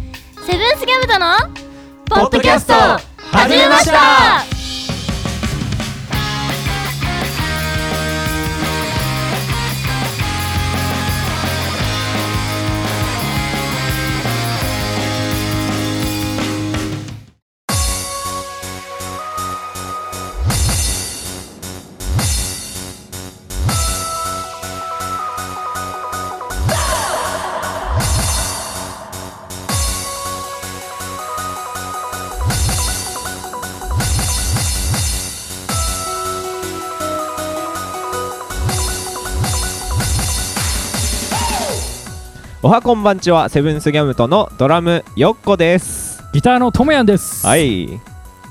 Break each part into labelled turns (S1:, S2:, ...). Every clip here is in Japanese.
S1: ルースギャムとの
S2: ポッドキャスト始めました
S3: おはこんばんちはセブンスギャムとのドラムよっこです
S4: ギターのともやんです。
S3: は。い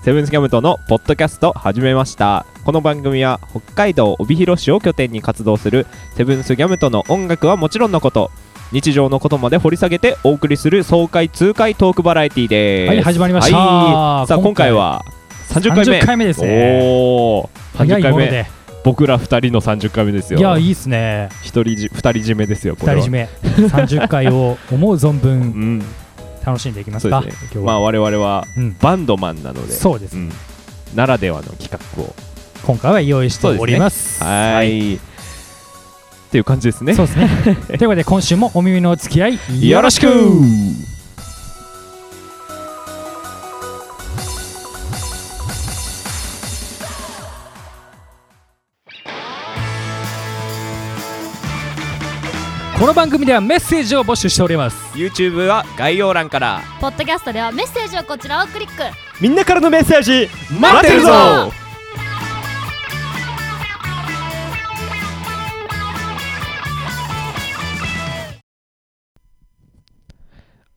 S3: セブンスギャムとのポッドキャスト始めましたこの番組は北海道帯広市を拠点に活動するセブンスギャムとの音楽はもちろんのこと日常のことまで掘り下げてお送りする爽快痛快トークバラエティーです
S4: はい始まりました
S3: はいさあ今
S4: 今
S3: 回
S4: 回
S3: は30回目
S4: 30回目ですね
S3: おお
S4: 早
S3: 30
S4: い
S3: 回
S4: もの
S3: 目
S4: で。
S3: 僕ら2人の30回目ですよ
S4: いや、いいっすね。
S3: 一人じ2人締めですよこれ
S4: 二
S3: は
S4: 人締め、30回を思う存 分
S3: うん
S4: 楽しんでいきますか、
S3: そうですね
S4: 今日
S3: まあ
S4: は。
S3: 我々は
S4: うん、
S3: バンドマンなので
S4: そうです、
S3: うんならではの企画を
S4: 今回は用意しております。
S3: はーいっていう感じですね
S4: そうですね。ということで、今週もお耳のお付き合い
S3: よろしく
S4: この番組ではメッセージを募集しております。
S3: YouTube は概要欄から
S1: ポッドキャストではメッセージをこちらをクリック
S2: みんなからのメッセージ
S3: 待ってるぞ
S1: 待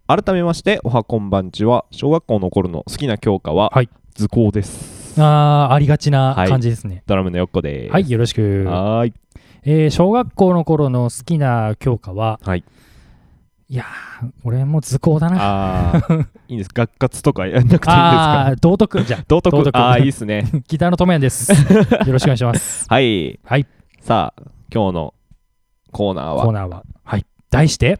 S3: 改めましておはこんばんちは小学校の頃の好きな教科は
S4: はい
S3: 図工です
S4: あーありがちな感じですね。
S3: ドラムのよっこです
S4: はい、よろしく。
S3: はーい
S4: えー小学校の頃の好きな教科は、
S3: はい、
S4: やー、俺も図工だ
S3: あ
S4: な。
S3: ーいいんです学活とかやんなくていいんです
S4: あ
S3: か
S4: あ、道徳じゃん
S3: 道徳
S4: 道徳
S3: ああいいです ね
S4: ギターのとめや んです。よろしくお願いします。
S3: はい
S4: はい
S3: さあ今日のコーナー
S4: コー
S3: は
S4: ナーは。はい。題して、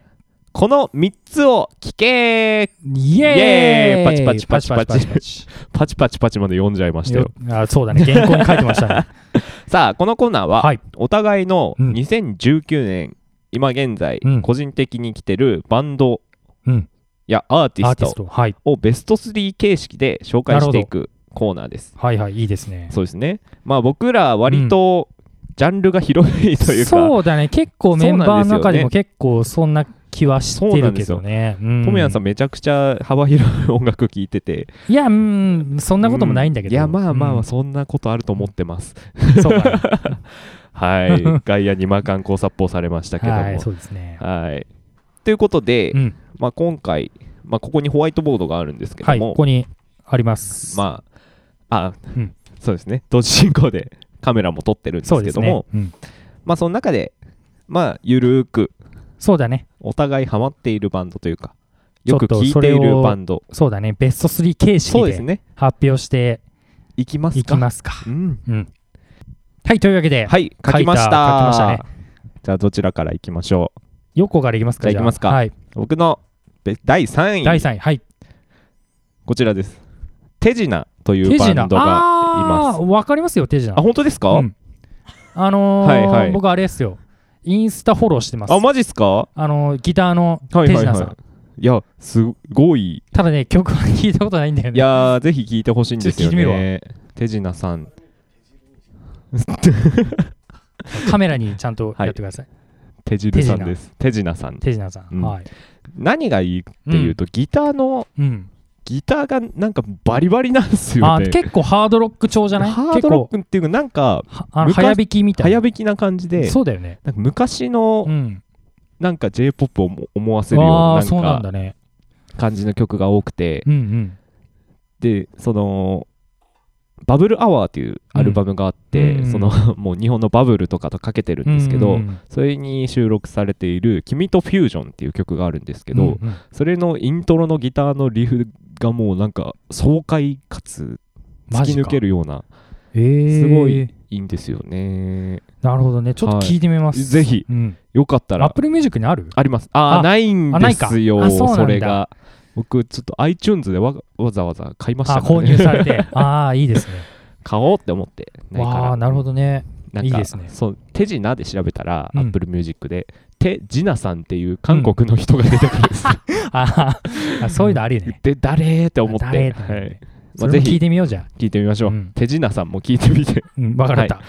S3: この3つを聞け
S4: イ
S3: イエー
S4: エー
S3: イ
S4: イ
S3: パチパチパチパチ
S4: パチ
S3: パチパチパチまで読んじゃいましたよ
S4: よあそうだね、原稿に書いてましたね。
S3: さあこのコーナーは、
S4: はい
S3: お互いの
S4: うん
S3: 2019年、今現在、
S4: うん
S3: 個人的に来てるバンド
S4: うん
S3: やアーティ
S4: ア
S3: ス
S4: ーティス
S3: ト
S4: ト。はい。
S3: をベスト3形式で紹介していくコーナーです。
S4: はいはい、いいですね。
S3: そうですね。まあ僕ら割とジャンルが広いというか、
S4: そうだね、結構メンバーの中でも結構そんな気はしてるけどね。
S3: トムヤンさ
S4: ん。
S3: んめちゃくちゃ幅広い音楽聴いてて、
S4: いや、うん、そんなこともないんだけど。
S3: いやまあまあま
S4: う
S3: あ
S4: ん
S3: そんなことあると思ってます。
S4: そうだね。
S3: はい。 外野に魔漢光殺法されましたけども。
S4: はい、そうですね。
S3: はい。ということで、
S4: うん。
S3: まあ、今回、まあ、ここにホワイトボードがあるんですけど
S4: はい、
S3: も、
S4: ここにあります。
S3: まあ、あ、
S4: うん
S3: そうですね、同時進行でカメラも撮ってるんで
S4: そう
S3: す
S4: で
S3: け
S4: す
S3: ど
S4: ね
S3: も、。
S4: うん
S3: まあ、その中で、まあ、ゆるーく、
S4: そうだね。
S3: お互いハマっているバンドというか、よく
S4: ちょ
S3: 聴
S4: っと
S3: い
S4: そ
S3: て
S4: れ
S3: い
S4: を
S3: るバンド、
S4: そうだね、ベスト3形式
S3: そうです
S4: で
S3: ね、
S4: 発表して
S3: いきます
S4: い
S3: か。
S4: きますか。
S3: うん、
S4: うん、はい、というわけで、
S3: はい、書きました。
S4: 書いた書きましたね
S3: じゃあ、どちらからいきましょう。
S4: 横からいきますか。
S3: じゃあいきますか
S4: はい、
S3: 僕のべ第3位、
S4: 第3位、はい、
S3: こちらです。手品とい
S4: 手
S3: うバン
S4: 品。
S3: ドが、
S4: あーわかりますよ、手品。
S3: あ、本当ですか、
S4: うんあのー
S3: はいはい
S4: 僕、あれですよ、インスタフォローしてます。
S3: あ、マジっすか
S4: あのーギターの手
S3: はい
S4: 品
S3: はい
S4: さん、
S3: はい。いや、すごい。
S4: ただね、曲は聞いたことないんだよ
S3: い
S4: ね。
S3: やー、ぜひ聞いてほしいんですよ
S4: ちょっと聞い
S3: ね。手品さん。
S4: カメラにちゃんとやってください。
S3: 手汁さんです。手品さん。
S4: 手品さん。
S3: うん
S4: はい。
S3: 何がいいっていうと、ギターの、
S4: うん。
S3: ギターがなんかバリバリなんですよ
S4: あ
S3: ね。
S4: ー結構ハードロック調じゃない
S3: ハードロッ
S4: 結
S3: クっていうか、なんか、
S4: 構はあの
S3: 昔
S4: 早弾きみたい
S3: 早
S4: な。
S3: 弾きな感じで、
S4: そうだよね。
S3: なんか昔の
S4: う、ん。
S3: なんか J-POP をも思わせるよう
S4: あ
S3: な
S4: あー、
S3: なん
S4: そうなん
S3: か
S4: だね。
S3: 感じの曲が多くて、
S4: うんうん。
S3: で、その、バブルアワーっていうアルバムがあって、
S4: うん
S3: その、 もう日本のバブルとかとかけてるんですけど、
S4: うんうんうん
S3: それに収録されている「君とフュージョン」っていう曲があるんですけど、
S4: うんうん
S3: それのイントロのギターのリフがもうなんか爽快かつ
S4: マ
S3: 突き
S4: ジか
S3: 抜けるような
S4: えー
S3: すごいいいんですよね
S4: なるほどねちょっと聞いてみます、
S3: ぜひ
S4: うん
S3: よかった
S4: アッ
S3: ら
S4: プルミュージックにある
S3: ありますあー
S4: あ
S3: ないん
S4: あないか
S3: ですよ
S4: あそうなんだ
S3: れが僕ちょっと iTunes でわわざわざ買いました
S4: あ、
S3: からね
S4: 購入されて。ああ、いいですね。
S3: 買おうって思ってないか
S4: わ
S3: ら
S4: あ、なるほどね。
S3: なんか
S4: いいですね
S3: そう手品で調べたら、
S4: うん
S3: Apple Music で手品さんっていう韓国の人が出てくるんですよ、
S4: あーあ、そういうのありね。
S3: で誰って思って、は
S4: 誰って思って
S3: いま
S4: そ
S3: あ、
S4: れ
S3: ぜ
S4: も聞い
S3: ひ
S4: てみようじゃ
S3: 聞いてみましょう、
S4: うん
S3: 手品さんも聞いてみて
S4: ん。うん、わかった。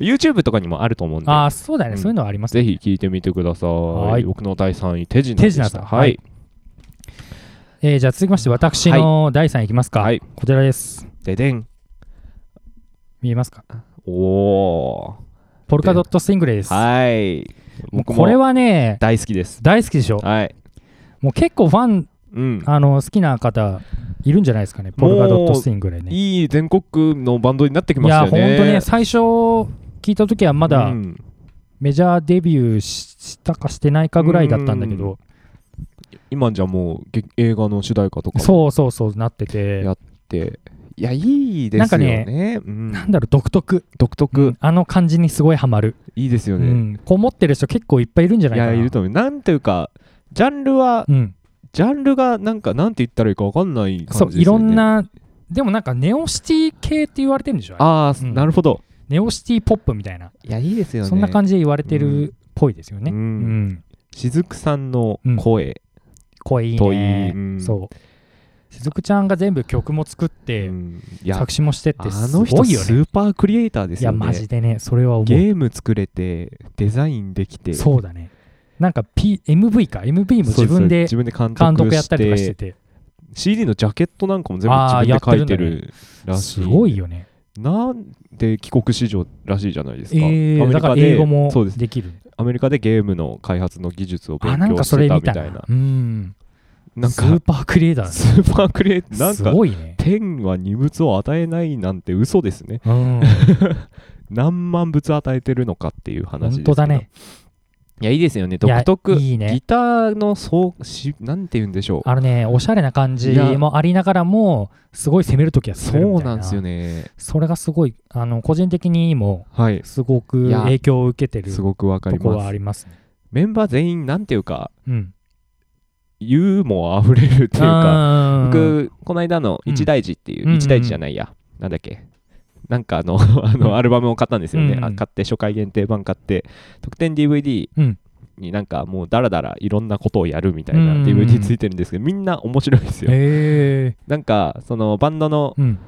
S3: YouTube とかにもあると思うんで
S4: ああ、そうだよね。
S3: うん
S4: そういうのはありますね。
S3: ぜひ聞いてみてください
S4: はい
S3: 僕の第3位手品で
S4: 手
S3: した
S4: 品さん
S3: は
S4: はいい、えーじゃあ続きまして、私の第3位いきますか。
S3: はい
S4: こちらです。
S3: ででん
S4: 見えますか
S3: おお
S4: ポルカドットスイングレイです。
S3: はい
S4: もう
S3: 僕
S4: これ
S3: も
S4: はね、
S3: 大好きです
S4: 大好きでしょ。
S3: はい
S4: もう結構ファン、
S3: うん
S4: あの、好きな方、いるんじゃないですかね。ポルカドットスイングレイね。
S3: いい全国区のバンドになってきまし
S4: い
S3: た
S4: や、
S3: よ
S4: 本当
S3: ね
S4: ね、最初聞いた時はまだ
S3: うん
S4: メジャーデビューししたかしてないかぐらいだったんだけ
S3: うん
S4: ど、
S3: 今じゃもうげ映画の主題歌とかも
S4: そうそうそうなってて
S3: や、っていやいいですよねうん
S4: なんだろう、独特、
S3: 独特、
S4: あの感じにすごいハマる。
S3: いいですよ
S4: う
S3: ね、
S4: ん、こう持ってる人結構いっぱいいるんじゃないいかな。
S3: やいると思うなんていうかジャンルは
S4: うん、
S3: ジャンルがなんかなんて言ったらいいかわかんない
S4: そ
S3: 感
S4: う、
S3: じで
S4: い
S3: すよ
S4: ろ
S3: ね
S4: んな、でもなんかネオシティ系って言われてるんでしょあれ
S3: ああ、
S4: うん
S3: なるほど
S4: ネオシティポップみたいな、
S3: いやいいですよね
S4: そんな感じで言われて
S3: うん
S4: るっぽいですよね。
S3: う
S4: うんん、
S3: 雫さんの声、
S4: 声いい
S3: といい
S4: ね。
S3: うん
S4: そう。雫ちゃんが全部曲も作っ
S3: う
S4: て、
S3: んいや
S4: 作詞もしてって
S3: あ
S4: す
S3: の人
S4: ごいよ
S3: ス
S4: ね。
S3: ーパークリエイターです
S4: いや
S3: よね
S4: マジでねそれは思う
S3: ゲーム作れてデザインできて
S4: そうだねなんか、P、MV か MV も
S3: そうで
S4: 自
S3: す
S4: 分で
S3: 自分で監督
S4: 監督やったりとかして
S3: して
S4: て
S3: CD のジャケットなんかも全部
S4: あー
S3: 自分で書いて
S4: やって
S3: るらしい
S4: すごいよね
S3: なんで帰国子女らしいじゃないです
S4: え
S3: か、アメ
S4: ー、だ
S3: リ
S4: か
S3: カ
S4: ら
S3: で
S4: 英語も
S3: そうです
S4: できる
S3: アメリカでゲームの開発の技術を勉
S4: あなん
S3: 強
S4: か
S3: して
S4: そ
S3: たみ
S4: れ
S3: たい
S4: 見た
S3: な
S4: なうん
S3: なん
S4: スー
S3: か
S4: パークリエイターだね
S3: スーパークリエイターなん
S4: す
S3: か
S4: ごいね
S3: 天は二物を与えないなんて嘘ですね
S4: うん、
S3: 何万物与えてるのかっていう話ですけ
S4: 本
S3: ど
S4: 当だね。
S3: いやいいですよね
S4: いや
S3: 独特
S4: いいね
S3: ギ。ターのそうしなんて言うんでしょう
S4: あのね、おしゃれな感じ
S3: いや
S4: もありながらも、すごい攻めるときは攻めるみ
S3: そう
S4: たいな。
S3: なんですよ。ね
S4: それがすごい、あの個人的にも、
S3: はい
S4: すごく
S3: いや
S4: 影響を受けてる
S3: す
S4: と
S3: ごくわかり
S4: こ
S3: ま
S4: はあ
S3: す
S4: りますね。
S3: メンバー全員なんていうか
S4: うん。
S3: ユーモアあふれるっていうか
S4: か
S3: 僕この間の一大事っていう、
S4: うん
S3: 一大事じゃないや、なんだっけなんかあの あのアルバムを買ったんですよね、
S4: うん
S3: あ買って初回限定版買って特典 DVD
S4: うん
S3: になんかもうダラダラいろんなことをやるみたいうなん DVD ついてるんですけど、みんな面白いですよ、
S4: え
S3: なんかそのバンドの
S4: ーうん、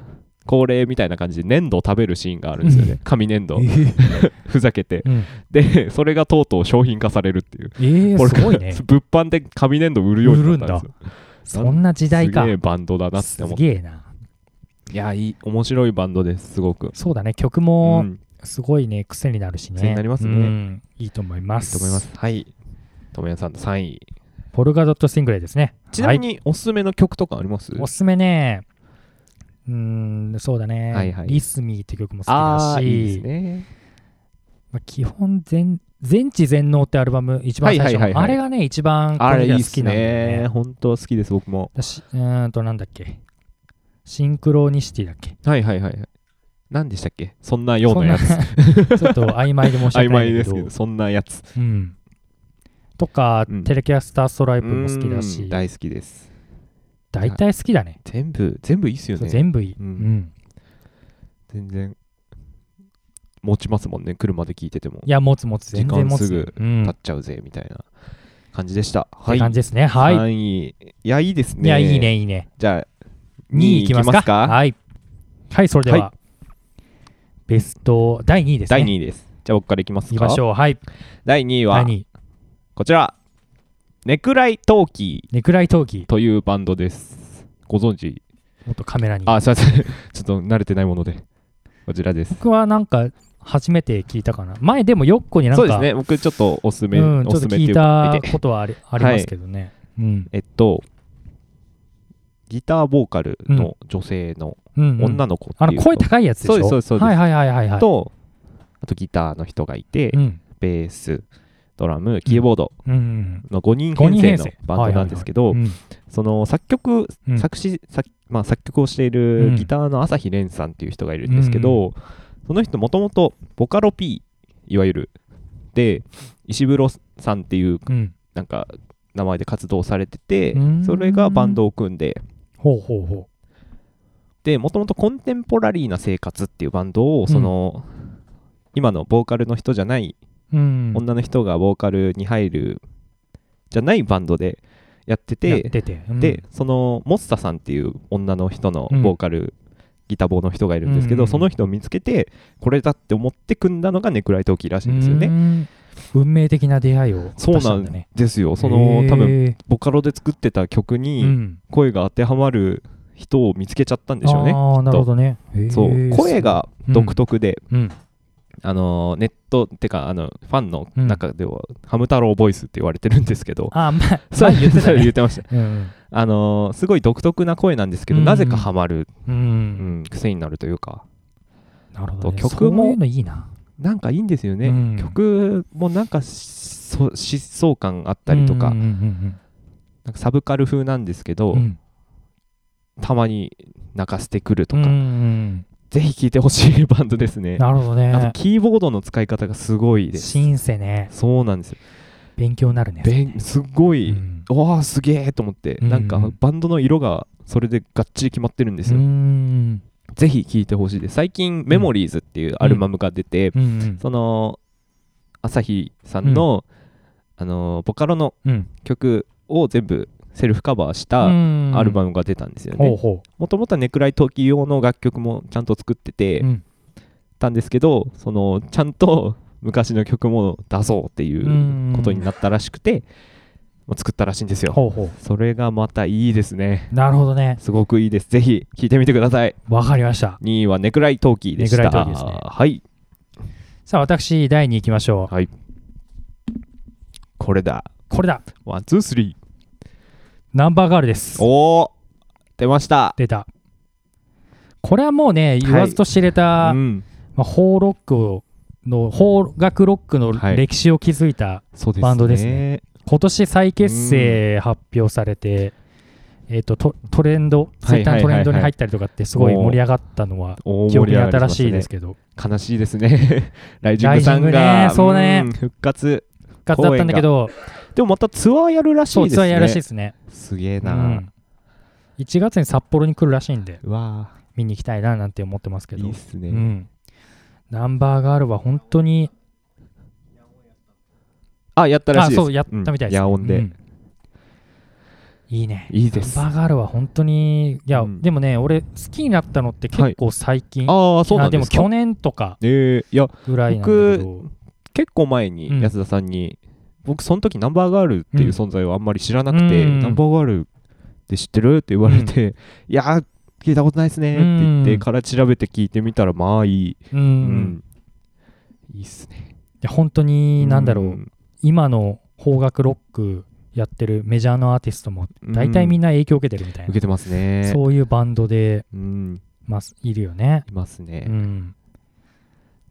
S3: 恒例みたいな感じで粘土を食べるシーンがあるんですよね紙粘土 ふざけて
S4: うん
S3: で それがとうとう商品化されるっていう
S4: えー、すごいね。
S3: 物販で紙粘土売るようになったんですよ
S4: そんな時代か
S3: すげ。えバンドだなって
S4: す
S3: 思って
S4: げえな。
S3: いやいい面白いバンドですすごく
S4: そうだね、曲
S3: う
S4: も
S3: ん
S4: すごいね、癖になるしね。
S3: 癖になりますね
S4: うんいいと思いま
S3: いい
S4: す。
S3: と思います。はい。ともやさんの3位。
S4: ポルガドットシングレイですね。
S3: ちなみにおすすめの曲とかあります、
S4: おすすめね、うーん、そうだね、
S3: はいはい
S4: リスミーって曲も好き
S3: あ
S4: だ
S3: あ、
S4: し、
S3: いいですね。
S4: まあ、基本全、全知全能ってアルバム、一番最初の、
S3: はいはいはいはい
S4: あれがね、一番こ
S3: あれ
S4: れ
S3: い
S4: が
S3: い
S4: 好
S3: で
S4: き
S3: す
S4: なんだよ
S3: ね。
S4: ね。
S3: 本当好きです、僕も。
S4: だしうーんと、なんだっけ、シンクロニシティだっけ。
S3: はいはいはいはい。何でしたっけそんなような やつ。
S4: つ。ちょっと曖昧で申し
S3: 曖
S4: 訳ない
S3: 昧
S4: ん
S3: で
S4: だけ
S3: す
S4: ど。
S3: けど、そんなやつ。
S4: うん、とか、
S3: うん
S4: テレキャスターストライプも好きだ
S3: うーん
S4: し、
S3: 大好きです。
S4: 大体好きだね。
S3: 全部、全部いいっすよ
S4: そう
S3: ね。
S4: 全部いい、
S3: う
S4: うんん
S3: 全然。持ちますもんね、車で聴いてても。
S4: いや、持つ持つ、全然持つ。
S3: 時間す
S4: うん、
S3: 立
S4: っ
S3: っちゃうぜ、みたいな感じでした。は
S4: て
S3: い。
S4: 感じですね。はい。
S3: 3位。いや、いいですね。
S4: いや、いいね、いいね。
S3: じゃあ、
S4: 2位いきますか。はい。はい、それでは、
S3: は
S4: ベスト第2位ですね。
S3: 第
S4: 位。
S3: 2位です。じゃあ僕からいきますか。
S4: いきましょう。はい。
S3: 第2位
S4: 第
S3: は
S4: 2位。
S3: こちら、ネクライトーキ
S4: ネクライトーキー
S3: ーというバンドです。ご存知
S4: もっとカメラに。
S3: あ、すいません。ちょ っと慣れてないもので。こちらです。
S4: 僕はなんか、初めて聞いたかな。前でもよっこになん
S3: そ
S4: か、
S3: うですね。僕ちょっとおすすめ、
S4: うん、ち
S3: お
S4: ょ
S3: す
S4: っ
S3: す
S4: と
S3: めってい
S4: 聞いう
S3: か
S4: た
S3: 見て
S4: こと はありありますけどね。うん。
S3: えっと、ギターボーカルの女性の
S4: うんうん
S3: 女の子って
S4: あ
S3: いう
S4: の声高いやつでしょ
S3: そうですそうですそうです
S4: はいはいはいはいはい。
S3: と、あとギターの人がいて
S4: う、ん、
S3: ベース、ドラム、キーボード
S4: うんうん、
S3: の5人
S4: 5
S3: 編
S4: 人編
S3: 成の
S4: 成
S3: バンドなんですけど
S4: はい、はいはい
S3: その作曲
S4: うんうん
S3: 作詞作,、まあ、作曲をしていうる
S4: ん
S3: ギターの朝日蓮さんっていう人がいるんですけど、その人もともとボカロ P いわゆるで石黒さんっていう
S4: うん
S3: なんか名前で活動されてて
S4: うん
S3: それがバンドを組んで
S4: ほうほうほ。
S3: でもともとコンテンポラリーな生活っていうバンドをその、今のボーカルの人じゃないう
S4: うん。
S3: 女の人がボーカルに入るじゃないバンドでやって
S4: や
S3: て
S4: ってて。うん
S3: で、そのモッサさんっていう女の人のボーカル、ギターボーの人がいるんですけど、
S4: うん
S3: その人を見つけてこれだって思って組んだのがネクライトーキーらしいんですよね。
S4: ね。運命的な出会いを果
S3: そう
S4: たし
S3: な
S4: た
S3: ん
S4: んだね。
S3: ですよその
S4: へー
S3: 多分ボカロで作ってた曲
S4: う
S3: に
S4: ん。
S3: 声が当てはまる人を見つけちゃったんでしょうね。
S4: ああ、なるほどね。へー
S3: そう声。が独特で、
S4: うん。
S3: あのネットってかあのファンの中では、ハム太郎ボイスって言われてるんですけど、
S4: ああ、まあ、
S3: そう
S4: 前言ってた
S3: 言
S4: ね。
S3: ってました。
S4: うん。
S3: あのーすごい独特な声なんですけど、
S4: うん
S3: なぜかハマる、
S4: う。
S3: うんん、癖になるというか、
S4: なるほどね。
S3: と曲も
S4: そういうのいいな。
S3: なんかいいんですよね。
S4: うん
S3: 曲もなんかそ疾走感あったりとか、
S4: うんうんうん
S3: なんかサブカル風なんですけど、
S4: うんうん。
S3: たまに泣かせてくると
S4: うん
S3: か、
S4: うん
S3: ぜひ聴いてほしいバンドです
S4: う
S3: ね
S4: ん。。なるほど
S3: あと
S4: ね。
S3: キーボードの使い方がすごいです。
S4: シンセね。
S3: そうなんですよ。
S4: 勉強になるね。
S3: べんすご
S4: う
S3: い、
S4: ん
S3: わあすげえと思って、
S4: うん
S3: なんかバンドの色がそれでがっちり決まってるんです
S4: う
S3: よ。
S4: ん。
S3: ぜひ聴いてほしいです。最近、メモリーズっていうアルバムが出て、
S4: うんうん
S3: その朝日さんの、あのボカロの
S4: うん。
S3: 曲を全部セルフカバーしたア
S4: ア
S3: ルバムが出たんですよ
S4: ほう
S3: ね。
S4: ほ
S3: もともとはネクライトーキー用の楽曲もちゃんと作って
S4: う。
S3: て
S4: うん
S3: たんですけど、そのちゃんと昔の曲も出そうっていうことになったらしくて、まあ作ったらしいんですよ。
S4: ほうほ
S3: それがまたいいですね。
S4: う。なるほどね。
S3: すごくいいです。ぜひ聴いてみてください。
S4: わかりました。
S3: 2位はネクライトーキーでした。
S4: ネクライトーキーですね
S3: はい。
S4: さあ、私、第2位行きましょう。
S3: はい。これだ。
S4: これだ。
S3: ワン、ツー、スリー。
S4: ナンバーガールです。
S3: おお出ました
S4: 出た。これはもうね、言わずと知れた、
S3: うん、
S4: まあ、邦ロックをの、邦楽ロックの
S3: はい
S4: 歴史を築いた、
S3: そうですね
S4: バンドですね今年再結成発表されて、えっとト、トレンド、ツ
S3: は
S4: イ
S3: い
S4: ッタ
S3: は
S4: ー
S3: いはいはい
S4: のトレンドに入ったりとかって、すごい盛り上がったのは、
S3: 大
S4: 記
S3: 盛
S4: 憶
S3: り
S4: に
S3: 上がり
S4: 新
S3: ま
S4: しい
S3: た
S4: で
S3: ね
S4: すけど、
S3: 悲しいですね ライジングさん
S4: ライジング
S3: が、
S4: ねそうね
S3: ん復活
S4: 復活だったんだけど、
S3: でもまたツアーやるらしい
S4: そう、
S3: ですね
S4: ツアーやるらしいですね。
S3: すげえ
S4: う
S3: な、
S4: ん1月に札幌に来るらしいんで、
S3: うわあ
S4: 見に行きたいななんて思ってますけど
S3: いいっ、すね、
S4: うん、ナンバーガールは本当に、
S3: あやったらしいです
S4: あそうやったみたいですね
S3: うん、野音で、
S4: うんいいね。
S3: いいです
S4: ナン
S3: あ
S4: バーガールは本当に、いや、
S3: うん
S4: でもね、俺、好きになったのって結構最近、
S3: あそうなんですか
S4: あでも去年とか
S3: えー、いや
S4: ぐらいなんだけど、
S3: 結構前
S4: う
S3: に
S4: ん
S3: 安田さんに、僕その時ナンバーガールっていう存在をあんまり知らなくて、
S4: うん
S3: ナンバーガールって知ってるって言われて、 いやー聞いたことないですねって言っ
S4: う
S3: て
S4: ん
S3: から調べて聞いてみたらまあいい、
S4: うん
S3: う
S4: い
S3: んいいっすね
S4: や本当に、なんだろう、
S3: ん
S4: 今の邦楽ロックやってるメジャーのアーティストも、大体みんな影響を受けてるみたい
S3: 受
S4: な、
S3: けてますね
S4: そういうバンドで、
S3: うん
S4: まあ、いるよね。
S3: います
S4: う
S3: ね、
S4: ん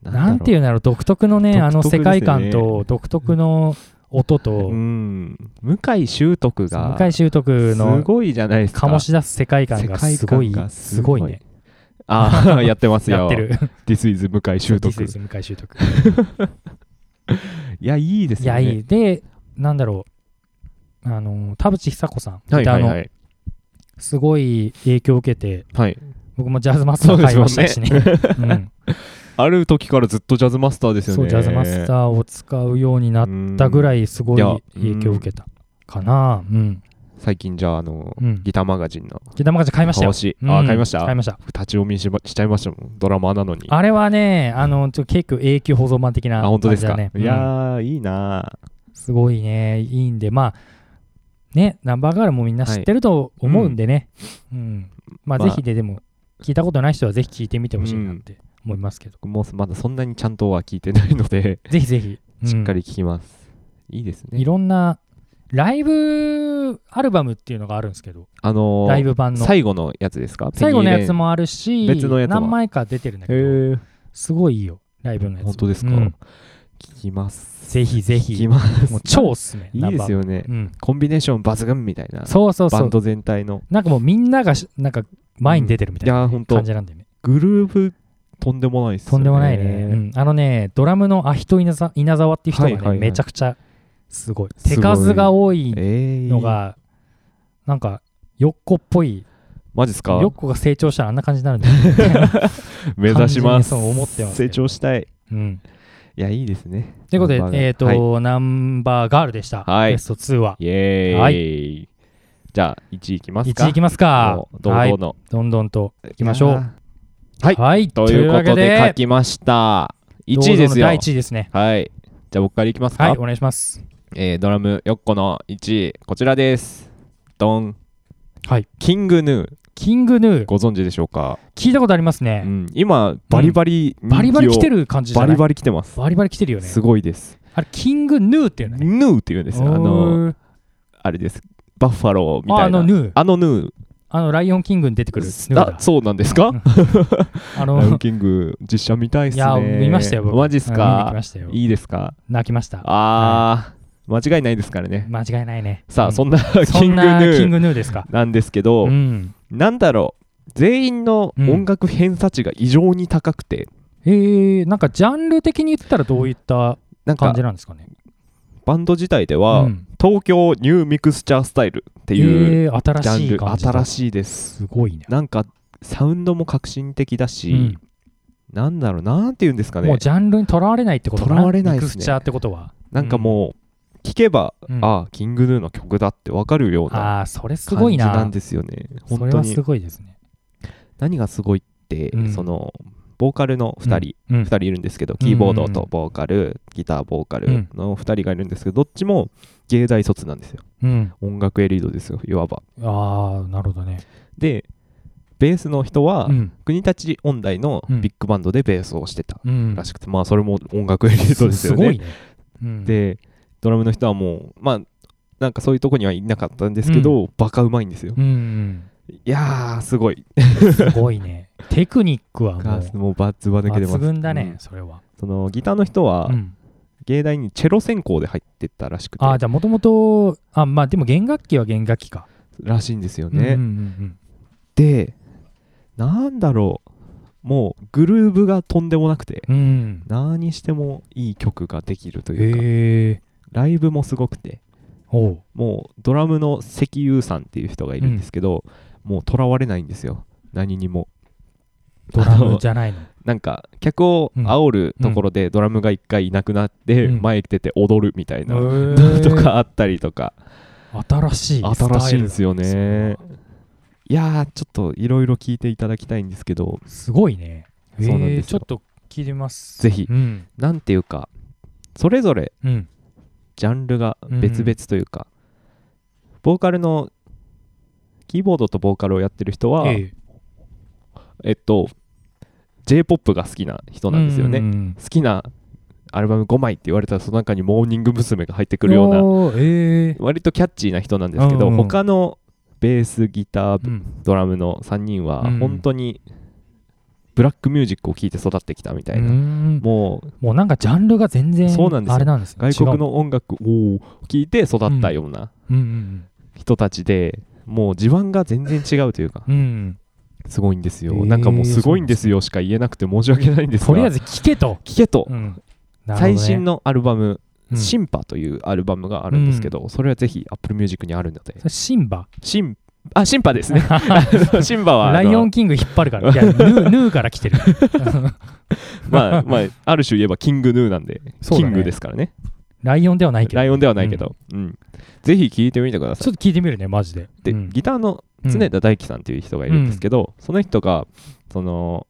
S3: だろ
S4: なんていうんだろう独特のねあ
S3: 独特で
S4: の
S3: す
S4: 世
S3: ね
S4: 界観と独特の音と、
S3: うん向井修徳が
S4: 向井修徳
S3: す
S4: の
S3: ごいじゃないですか
S4: 醸し出す世界観がすごい
S3: 世界観が
S4: すごいね
S3: ああやってますよ
S4: やってる
S3: This is 向井修
S4: This
S3: 徳
S4: is 向井修徳
S3: いやいいです
S4: い
S3: よ
S4: や
S3: ね
S4: いいでなんだろうあの田淵久子さん
S3: はい
S4: ギタ
S3: は
S4: ー
S3: い
S4: の
S3: はい
S4: すごい影響を受けて
S3: はい
S4: 僕もジャズマスター買いましたしね うん
S3: ある時からずっとジャズマスターですよね。
S4: そうジャズマスターを使うようになったぐら
S3: い。
S4: いすごい影響を受けたかなうん
S3: 最近じゃあ、あの、
S4: うん
S3: ギターマガジンの
S4: ギターマガジン買いましたよ
S3: 表紙。あ
S4: う
S3: ー、
S4: ん
S3: 買いました。
S4: 買い
S3: 立
S4: ました
S3: ち読みしばしちゃいましたもん。ドラマーなのに。
S4: あれはね、あの、ちょっと結構永久保存版的な
S3: あ、本当ですか。
S4: 感じだね
S3: いや
S4: うん
S3: ー、いいな
S4: すごいね、いいんで、まあ、ね、ナンバーガールもみんな知ってると思うんでね、うん。まあ、
S3: まあ
S4: ぜひで、でも、聞いたことない人はぜひ聞いてみてほしいなって思いますけど、
S3: 僕もまだそんなにちゃんとは聞いてないので、
S4: ぜひぜひ、うん
S3: しっかり聞きます。いいです
S4: い
S3: ね。
S4: ろんな、ライブアルバムっていうのがあるんですけど、
S3: あのー
S4: ライブ版の。
S3: 最後のやつですか
S4: 最後のやつ。
S3: ペ
S4: もあるし、
S3: 別のやつも
S4: 何枚か出てるんだ
S3: ニ
S4: け
S3: ー
S4: ど、
S3: レンへ
S4: すごいいいよ、ライブの
S3: ー、
S4: やつも。
S3: 本当ですか。
S4: うん
S3: 聞きます。
S4: ぜひぜ
S3: 聞き
S4: ひ、も
S3: ます。
S4: う超おすすめ。
S3: いいです
S4: ナンバーガール。
S3: よね。
S4: うん。
S3: コンビネーション抜群みたいな。
S4: そうそうそ
S3: バ
S4: う
S3: ン。ド全体の。
S4: なんかもうみんながしなんか前に出てるみた
S3: い
S4: いな
S3: やー、ほんと
S4: 感。じなんだよね。
S3: グルーブとんでもないですよ
S4: とんでもないね、うんあのね、ドラムのアヒト稲沢稲沢っていう人がね、
S3: はいはいはい
S4: めちゃくちゃすごい
S3: すごい
S4: 手数が多い
S3: ええ
S4: のがなんかよっこっぽい
S3: マジっすか
S4: よっこが成長したらあんな感じになるんだよ ね
S3: 目指します
S4: 単純にそう思ってますけど
S3: 成長したい
S4: うん
S3: いやいいですね
S4: ということで
S3: ナンバーガール
S4: えっ
S3: はい
S4: とナンバーガールでした
S3: はい
S4: ベスト2は
S3: イエーイ、
S4: は
S3: じゃあ1位いきますか
S4: 1いきますか
S3: もう堂
S4: は
S3: 々
S4: い
S3: の、
S4: どんどんと
S3: い
S4: きましょう
S3: やはい
S4: はい
S3: ーと
S4: とい
S3: いうう
S4: わ
S3: こ
S4: け
S3: とで書
S4: で
S3: きました
S4: 堂
S3: 1位
S4: 々の
S3: ですよ
S4: 第1位ですね
S3: はいじゃあ僕からいきますか、
S4: はいお願いします
S3: えードラムよっこの1位こちらですドン
S4: はい
S3: キングヌー
S4: キングヌー
S3: ご存知でしょうか、
S4: 聞いたことあります
S3: う
S4: ね
S3: ん、今バリバリ人気を
S4: バリバリ来てる感じじゃ
S3: バ
S4: な
S3: リ
S4: い
S3: バリ来てます
S4: バリバリ来てるよね
S3: すごいです
S4: あれキングヌーっていうのね
S3: ヌーって言うんですよあの
S4: おー
S3: あれですバッファローみ
S4: あ
S3: た
S4: あ
S3: いな
S4: のヌー
S3: あのヌー
S4: あのライオンキングに出てくるヌー
S3: あ
S4: だ
S3: そうなんですか
S4: うんあ
S3: ラン
S4: の
S3: キング実写見たいっす
S4: い
S3: ね
S4: や見ましたよ僕
S3: マジっす
S4: うん見に来
S3: か
S4: ましたよ
S3: いいですか
S4: 泣きました
S3: あー、間違いないですからね
S4: 間違いないね
S3: さ
S4: う
S3: あ
S4: ん
S3: そんな
S4: そ
S3: キン
S4: ん
S3: グヌ
S4: なキン
S3: ー
S4: グヌーですか
S3: なんですけど
S4: うん
S3: なんだろう全員の音楽偏差値が異常に高くて
S4: えーなんかジャンル的に言ったらどういった
S3: なんか
S4: 感じなんですかね
S3: バンド自体では、
S4: うん
S3: 東京ニューミクスチャースタイルっていう
S4: えー
S3: ジャ
S4: 新
S3: ン
S4: し
S3: ル
S4: い感じだ
S3: 新しいです
S4: すごいね
S3: なんかサウンドも革新的だし、
S4: うん
S3: なんだろうなんて言うんですか
S4: も
S3: ね
S4: うジャンルにとらわれないってことか
S3: とらわれないで
S4: ミ
S3: すね
S4: クスチャーってことは
S3: なんかもう聞けば、
S4: うん
S3: ああキングヌーの曲だってわかるような
S4: ああそれす
S3: 感
S4: ご
S3: じ
S4: いな
S3: なんですよね
S4: そ
S3: 本
S4: れ
S3: 当
S4: はす
S3: に
S4: ごいですね
S3: 何がすごいって、
S4: うん
S3: そのボーカルの2人、
S4: うん
S3: 2人いるんですけど
S4: うん
S3: キーボードとボーカルギターボーカルの2人がいるんですけどどっちも芸大卒なんですよ
S4: うん
S3: 音楽エリートですよいわば
S4: ああなるほどね
S3: でベースの人は、
S4: うん
S3: 国立音大のビッグバンドでベースをしてた
S4: うん
S3: らしくて、まあそれも音楽エリートですよね。
S4: ごいねうん
S3: でドラムの人はもうまあなんかそういうとこにはいなかったんですけど、バカうまいんですよ。
S4: うん
S3: いやーすごい。
S4: うんすご いねテクニックはもう
S3: もうバツバ抜けてます。
S4: 抜群だ
S3: う
S4: ね
S3: ん
S4: それは
S3: そのギターの人は、
S4: うん
S3: 芸大にチェロ専攻で入ってったらしくて
S4: ああじゃあもともとあまあでも弦楽器は弦楽器から
S3: しいんですよ
S4: うんうん
S3: ね。でなんだろうもうグルーブがとんでもなくて
S4: うんうんうん
S3: 何にしてもいい曲ができるというか、
S4: へえ
S3: ライブもすごくて
S4: おう
S3: もうドラムの石油さんっていう人がいるんですけど、もうとらわれないんですよ何にも
S4: ドラムじゃないの
S3: なんか客を煽るところでドラムが一回いなくなって
S4: うん
S3: 前出て踊るみたいな、
S4: へえ
S3: とかあったりとか
S4: 新しい
S3: 新しいんですよね
S4: スタイルだ
S3: いやーちょっといろいろ聞いていただきたいんですけど
S4: すごいね
S3: そうなんです
S4: えーちょ
S3: よ
S4: っと聞いてみます
S3: ぜひ
S4: うん
S3: なんていうかそれぞれ
S4: うん
S3: ジャンルが別々というか、ボーカルのキーボードとボーカルをやってる人は、
S4: ええ
S3: えっと j p o p が好きな人なんですよね、
S4: ううん
S3: 好きなアルバム5枚って言われたらその中にモーニング娘。が入って
S4: う
S3: く
S4: ん
S3: るような
S4: おーええ
S3: 割とキャッチーな人なんですけど、
S4: うんうん
S3: 他のベースギター
S4: うん
S3: ドラムの3人は
S4: うん
S3: 本当にブラックミュージックを聴いて育ってきたみたいな、
S4: うん
S3: もう
S4: もうなんかジャンルが全然
S3: そうなんですよ
S4: あれなんですね
S3: 外国の音楽を聴いて育ったような
S4: 違ううん
S3: 人たちで、もう地盤が全然違うというか
S4: うんうん
S3: すごいんですよ、
S4: へー
S3: なんかもうすごいんですよしか言えなくて申し訳ないんですが
S4: とりあえず聞けと
S3: 聴けと、
S4: うんなるほどね
S3: 最新のアルバム
S4: うん
S3: シンパというアルバムがあるんですけど、それはぜひ Apple Music にあるので、
S4: それシンバ
S3: シンあシンパ ですね。あのシンパはあの
S4: ライオンキング引っ張るからいやヌー ヌーから来てる
S3: まあ、まあ、ある種言えばキングヌーなんで、
S4: そう
S3: キ
S4: だね
S3: ングですからね。
S4: ライオンではないけど
S3: ライオンではないけど、うんぜひ聴いてみてくださ
S4: ちょっと聞いてみるねマジで
S3: い。で、
S4: うん
S3: ギターの常田大樹さんという人がいるんですけど、その人が、その、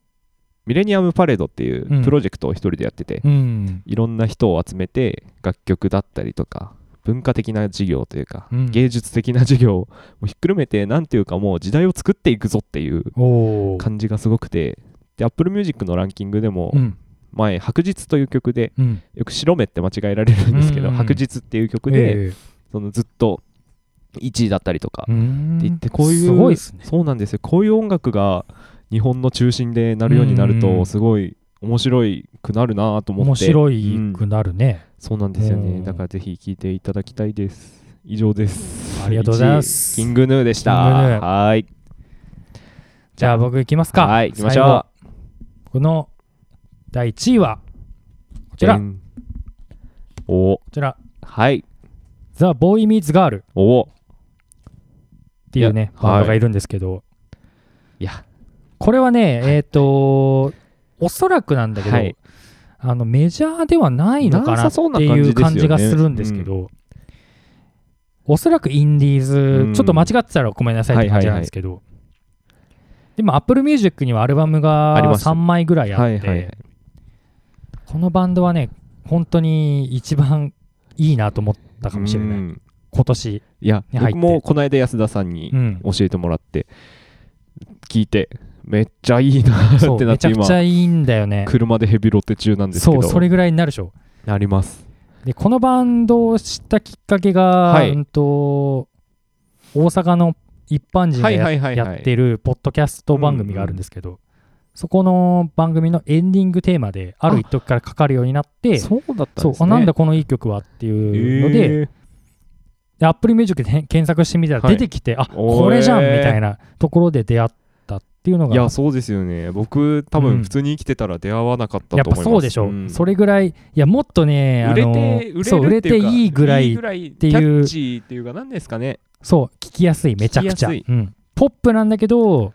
S3: ミレニアムパレードっていううんプロジェクトを一人でやってて、
S4: うん
S3: いろんな人を集めて、楽曲だったりとか、文化的な事業というか、
S4: うん
S3: 芸術的な事業をひっくるめて、なんていうかもう時代を作っていくぞっていう
S4: おー
S3: 感じがすごくて、で、Apple Music のランキングでも
S4: う、ん
S3: 前、白日という曲で、
S4: うん
S3: よく白目って間違えられるんですけど、
S4: うん
S3: 白日っていう曲で、
S4: ええ
S3: そのずっと1位だったりとか、
S4: う
S3: っ
S4: ん
S3: て言ってこういう
S4: すごいですね
S3: そうなんですよこういう音楽が日本の中心でなるようになる
S4: うん
S3: とすごい面白いくなるなと思って
S4: 面白い
S3: うん
S4: くなるね、
S3: そうなんですよ
S4: う
S3: ね
S4: ん
S3: だからぜひ聴いていただきたいです以上です
S4: ありがとうございます
S3: 1位キングヌーでした
S4: キングヌー
S3: はーい
S4: じゃあ僕いきますか
S3: はい行きましょ
S4: 最後この第1位はこ
S3: う
S4: ちら
S3: で
S4: こ
S3: んお
S4: ちら
S3: はい
S4: ザ・ボーイ・ミーツ・ガール
S3: おお
S4: っていうね、
S3: いや
S4: バンドがいるんですけど、
S3: いや
S4: これはね、えっ、と、おそらくなんだけど、
S3: はい
S4: あのメジャーではないのか
S3: な
S4: な
S3: さ
S4: って
S3: そうない感じで
S4: う
S3: すよね
S4: 感じがするんですけど、おそらくインディーズ、
S3: ん
S4: ちょっと間違ってたらごめんなさいって感じなんですけど、でも Apple Music にはアルバムが
S3: あります
S4: 3枚ぐらいあって、
S3: はいはいはい
S4: このバンドはね、本当に一番いいなと思ったかもしれない、
S3: うん
S4: 今年。
S3: いや
S4: に入っ
S3: 僕
S4: て
S3: もこの間安田さんに
S4: うん
S3: 教えてもら って聞いてめっちゃいいな
S4: そ
S3: っ
S4: う
S3: てなっ
S4: めち
S3: て
S4: ゃく
S3: 今
S4: ちゃいいんだよね。
S3: 車でヘビロテ中なんですけ
S4: そ
S3: ど
S4: う、それぐらいになるでしょ。
S3: あります
S4: でこのバンドを知ったきっかけが、
S3: はい
S4: うんと大阪の一般人がや,、
S3: はいはいはいはい
S4: やってるポッドキャスト番組があるんですけど、そこの番組のエンディングテーマである一時からかかるようになってそう,、
S3: そうだったんですね
S4: あなんだこのいい曲はっていうので,、
S3: えー
S4: で Apple Music で検索してみたら
S3: はい
S4: 出てきて、あ
S3: おー
S4: これじゃんみたいなところで出会ったっていうの
S3: い
S4: が
S3: やそうですよね僕多
S4: う
S3: 分
S4: ん
S3: 普通に生きてたら出会わなかった
S4: やっ
S3: と思い
S4: ぱ
S3: ます
S4: そうでしょ、
S3: ん
S4: それぐらいいやもっとね
S3: 売れ
S4: あの
S3: て売れるっていうか
S4: そう売れていいぐらい
S3: っていうキャッチーっていうか何ですかね
S4: そう聞きやすいめちゃくちゃ、
S3: 聞きや
S4: うんポップなんだけど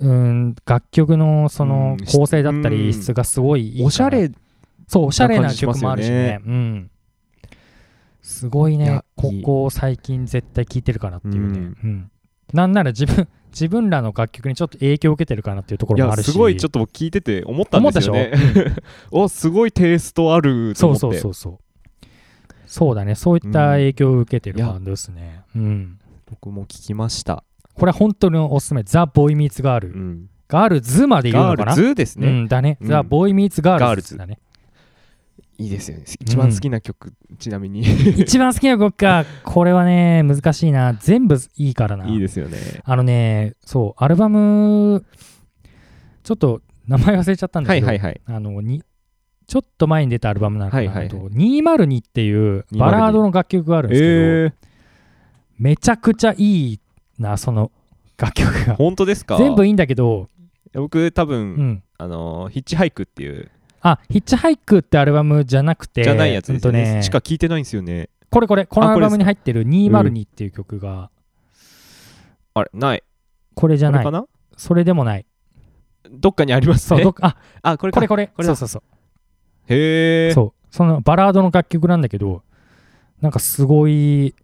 S4: うん楽曲のその
S3: うん
S4: 構成だった
S3: うん
S4: り質がすごいいいから
S3: おしゃれ
S4: そうおしゃれ
S3: な
S4: な
S3: 感じしま
S4: 曲
S3: す
S4: も
S3: よ
S4: あ
S3: ね
S4: るしねうんすごい
S3: い
S4: ね
S3: や
S4: こ
S3: いい
S4: こ最近絶対聴いてるかなっていうね
S3: うん
S4: うんなんなら自分自分らの楽曲にちょっと影響を受けてるかなっていうとこ
S3: い
S4: ろも
S3: や
S4: あるし
S3: すごいちょっと聞いてて思ったんですよね
S4: 思ったでしょ、うん
S3: おすごいテイストあると
S4: そ
S3: 思っ
S4: う
S3: て
S4: そうそうそうそうだねそういった影響を受けてるバンドですねうん
S3: 僕も聞きました、
S4: これは本当におすすめザ・ボーイ・ミーツ・ガール
S3: うん、
S4: ガールズまで言う
S3: ガ
S4: のか
S3: ール
S4: な
S3: ズですね、
S4: うんだね。
S3: うん
S4: ザ・ボーイ・ミーツ・ガールズだね。
S3: いいですよね一番好きな曲、ちなみにい
S4: 一番好きな曲か、これはね、難しいな。全部いいからな。
S3: いですよね
S4: あのね、そう、アルバム、ちょっと名前忘れちゃったんだ
S3: は
S4: け
S3: い
S4: ど、
S3: はいはい
S4: あのにちょっと前に出たアルバムなのかな、
S3: はいはいはい
S4: えっと202っていうバラードの楽曲があるんですけど、
S3: え
S4: めちゃくちゃいいな、その楽曲
S3: ー、
S4: が。
S3: 本当ですか
S4: 全部いいんだけど、
S3: 僕多分、
S4: うん。
S3: あのーヒッチハイクっていう、
S4: あ、ヒッチハイクってアルバムじゃなくて、
S3: じゃないやつですよね,、
S4: うんと
S3: しか聞いてないんですよね
S4: これこれこの
S3: あ
S4: ア
S3: これで
S4: ルバ
S3: すか
S4: ムに入ってる202っていう曲が
S3: あれない
S4: これじゃ
S3: こ
S4: な
S3: れか
S4: い
S3: な
S4: それでもない
S3: どっかにあります
S4: そう
S3: ね
S4: どっかあ
S3: あこれか
S4: これこれ
S3: これ
S4: そ
S3: だ
S4: うそうそ
S3: へ
S4: う
S3: え
S4: そうそのバラードの楽曲なんだけどなんかすごい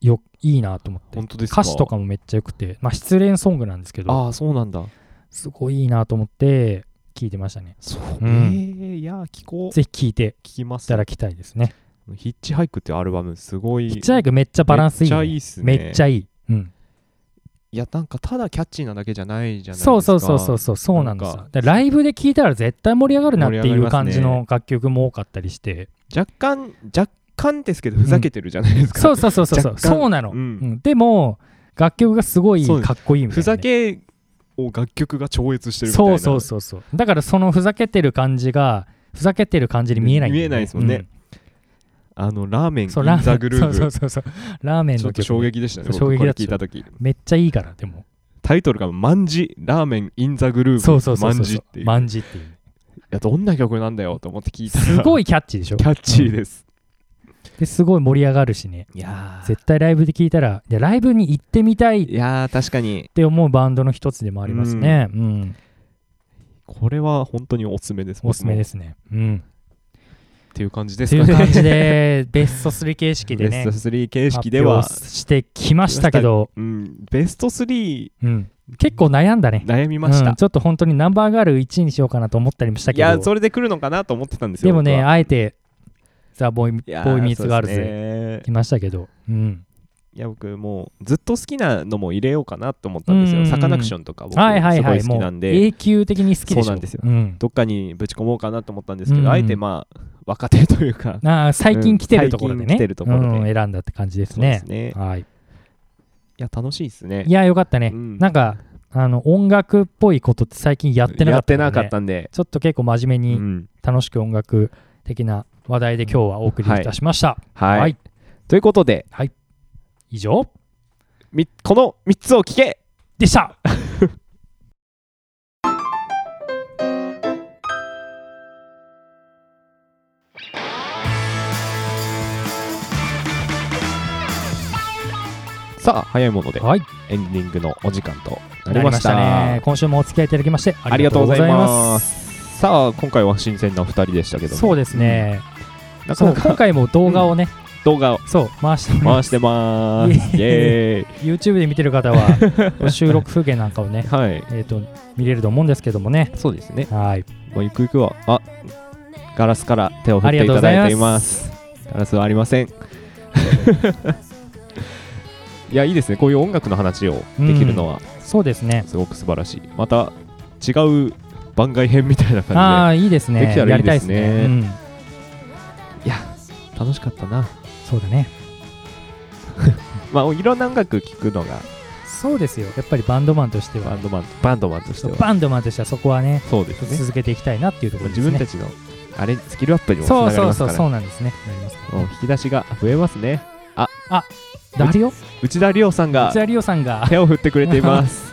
S4: よいいなと思って
S3: 本当ですか
S4: 歌詞とかもめっちゃよくてまあ失恋ソングなんですけど
S3: ああそうなんだ
S4: すごいいいなと思って聞いてましたね
S3: そう、
S4: うん
S3: えーいやー聞こう聞
S4: ぜひ聞いて
S3: きま
S4: い
S3: す
S4: ただきたいですね
S3: ヒッチハイクっていうアルバムすごい
S4: ヒッチハイクめっちゃバランスいいね
S3: めっちゃいいっすね
S4: めっちゃいいうん
S3: いやなんかただキャッチーなだけじゃないじゃないですか
S4: そうそうそうそうそうそうなんですよ
S3: なん
S4: だからライブで聴いたら絶対盛り上がるなって
S3: 盛り上
S4: い
S3: が
S4: う
S3: ります
S4: 感
S3: ね
S4: じの楽曲も多かったりして
S3: 若干若干ですけどふざけてるじゃないですか、
S4: そうそうそうそうそう
S3: 若干
S4: そうなの、
S3: うん
S4: うんでも楽曲がすごい
S3: そうです
S4: かっこいいみた
S3: ふ
S4: いなね、
S3: ざけを楽曲が超越してるみたい
S4: そ
S3: な
S4: うそうそうそうだからそのふざけてる感じがふざけてる感じに見えないんだよ、
S3: 見えないですもんね
S4: うん
S3: あのラーメン
S4: そうラ
S3: 銀座
S4: ー
S3: グ
S4: メン
S3: ルー
S4: そう
S3: ブ
S4: そうそうそうラーメン
S3: ちょ
S4: の
S3: っと
S4: 曲
S3: 衝撃でしたね
S4: そう
S3: 僕これ
S4: 衝
S3: 聞い
S4: 撃だ
S3: た
S4: っ
S3: 時
S4: めっちゃいいからでも
S3: タイトルが「万字ラーメンインザグルーブ」
S4: そうそうそう
S3: 万
S4: そう
S3: 字
S4: そ
S3: っていうう、
S4: まんじっていう
S3: いやどんな曲なんだよと思って聞いたら
S4: すご
S3: い
S4: いキャッチーでしょ
S3: キャッチーです、
S4: ですごい盛り上がるしね
S3: いやー
S4: 絶対ライブで聴いたらでライブに行ってみたいっ
S3: いやー確かに
S4: て思うバンドの一つでもありますねうん、
S3: これは本当におすすめです
S4: おすすめですすねうん
S3: っていう感じで
S4: と
S3: す
S4: い
S3: か
S4: う
S3: ね
S4: 感じでベスト3形式で
S3: ベ
S4: ね
S3: スト3形式では
S4: 発表してきましたけど、
S3: うん、ベスト3
S4: うん、結構悩んだね、
S3: 悩みました、
S4: うんちょっと本当にナンバーガール1位にしようかなと思ったりもした
S3: い
S4: け
S3: や
S4: ど
S3: それで来るのかなと思ってたんですよ
S4: でも
S3: 僕
S4: ね
S3: は
S4: あえてザ・ボーイ・ボーイミーツ・ガール
S3: いやーそう
S4: ズ
S3: です
S4: 来
S3: ね
S4: ましたけど、うん、
S3: いや僕もうずっと好きなのも入れようかなと思ったんです
S4: う
S3: よ
S4: んうんうん
S3: サカナクションとか僕す
S4: はいはい
S3: ご
S4: はいい
S3: 好き
S4: も
S3: な
S4: うん
S3: で
S4: 永久的に好きでしょ
S3: そうなんですよ
S4: ん
S3: どっかにぶち込もうかなと思ったんですけ
S4: うんう
S3: ど
S4: ん
S3: あえてまあ若手というか
S4: あー最近来てるところで
S3: うん最近
S4: ね,、
S3: 来てるところで
S4: うん選んだって感じです
S3: そうで
S4: ね
S3: すね
S4: はい、い
S3: いや楽しいですね
S4: やよかったね、
S3: うん
S4: なんかあの音楽っぽいことって最近やってなか
S3: や
S4: っ
S3: ったて
S4: ので
S3: なかったんで
S4: ちょっと結構真面目
S3: う
S4: に
S3: ん
S4: 楽しく音楽的な話題で今日はお送りいたしました、
S3: はい、
S4: はい
S3: ということで
S4: 以上
S3: みこの3つを聞け
S4: でした
S5: 「
S3: さあ早いもので
S4: はい
S3: エンディングのお時間とな
S4: な
S3: り
S4: り
S3: ま
S4: まし
S3: したた
S4: ね今週もお付き合いいただきましてあ
S3: あり
S4: りが
S3: がとう
S4: とうご
S3: ござ
S4: ざい
S3: い
S4: ま
S3: ますすさあ今回は新鮮なお二人でしたけども
S4: そうですね、
S3: なか
S4: そ
S3: な
S4: う今
S3: か
S4: 回も動画をね、
S3: 動画を
S4: そう回してもらっ
S3: 回して まーす
S4: イ
S3: イエー
S4: YouTube で見てる方 は収録風景なんかをね
S3: イはい
S4: えっ、と見れると思うんですけどもね
S3: そうですね
S4: はい
S3: もうゆくゆくはあガラスから手を振っていただいていますガラスはありません いやいいですねこういう音楽の話をできるのは
S4: そうですね
S3: すごく素晴らしいまた違う番外編みたいな
S4: あ
S3: 感
S4: あいいですね
S3: できたらいいですね
S4: やりたいですね、うん、
S3: じでいや楽しかったな
S4: そうだね
S3: まあいろんな音楽聴くのが
S4: そうですよやっぱりバンドマンとして
S3: バ
S4: は
S3: ンドマンバンドマンとしては
S4: バンドマンとしてはそこはね
S3: そうですね
S4: 続けていきたいなっていうところです
S3: 自
S4: ね
S3: 分たちのあれスキルアップにもつな
S4: そう
S3: がり
S4: そう
S3: ます
S4: そ
S3: か
S4: う
S3: ら
S4: そうなんですねなりますか
S3: も
S4: ら
S3: う
S4: ね
S3: 引き出しが増えますね
S4: ダリオ
S3: 内田理央さんが
S4: 内田理央さんが
S3: 手を振ってくれています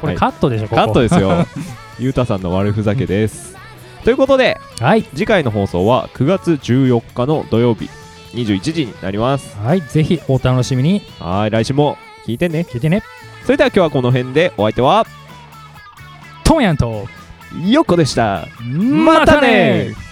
S4: これ カットでしょここ
S3: カットですよ ゆうたさんの悪ふざけですということで
S4: はい
S3: 次回の放送は9月14日の土曜日21時になります
S4: はいぜひお楽しみに
S3: はーい来週も聞いてね
S4: 聞いてね
S3: それでは今日はこの辺でお相手は
S4: トンヤンと
S3: よっこでした
S4: またね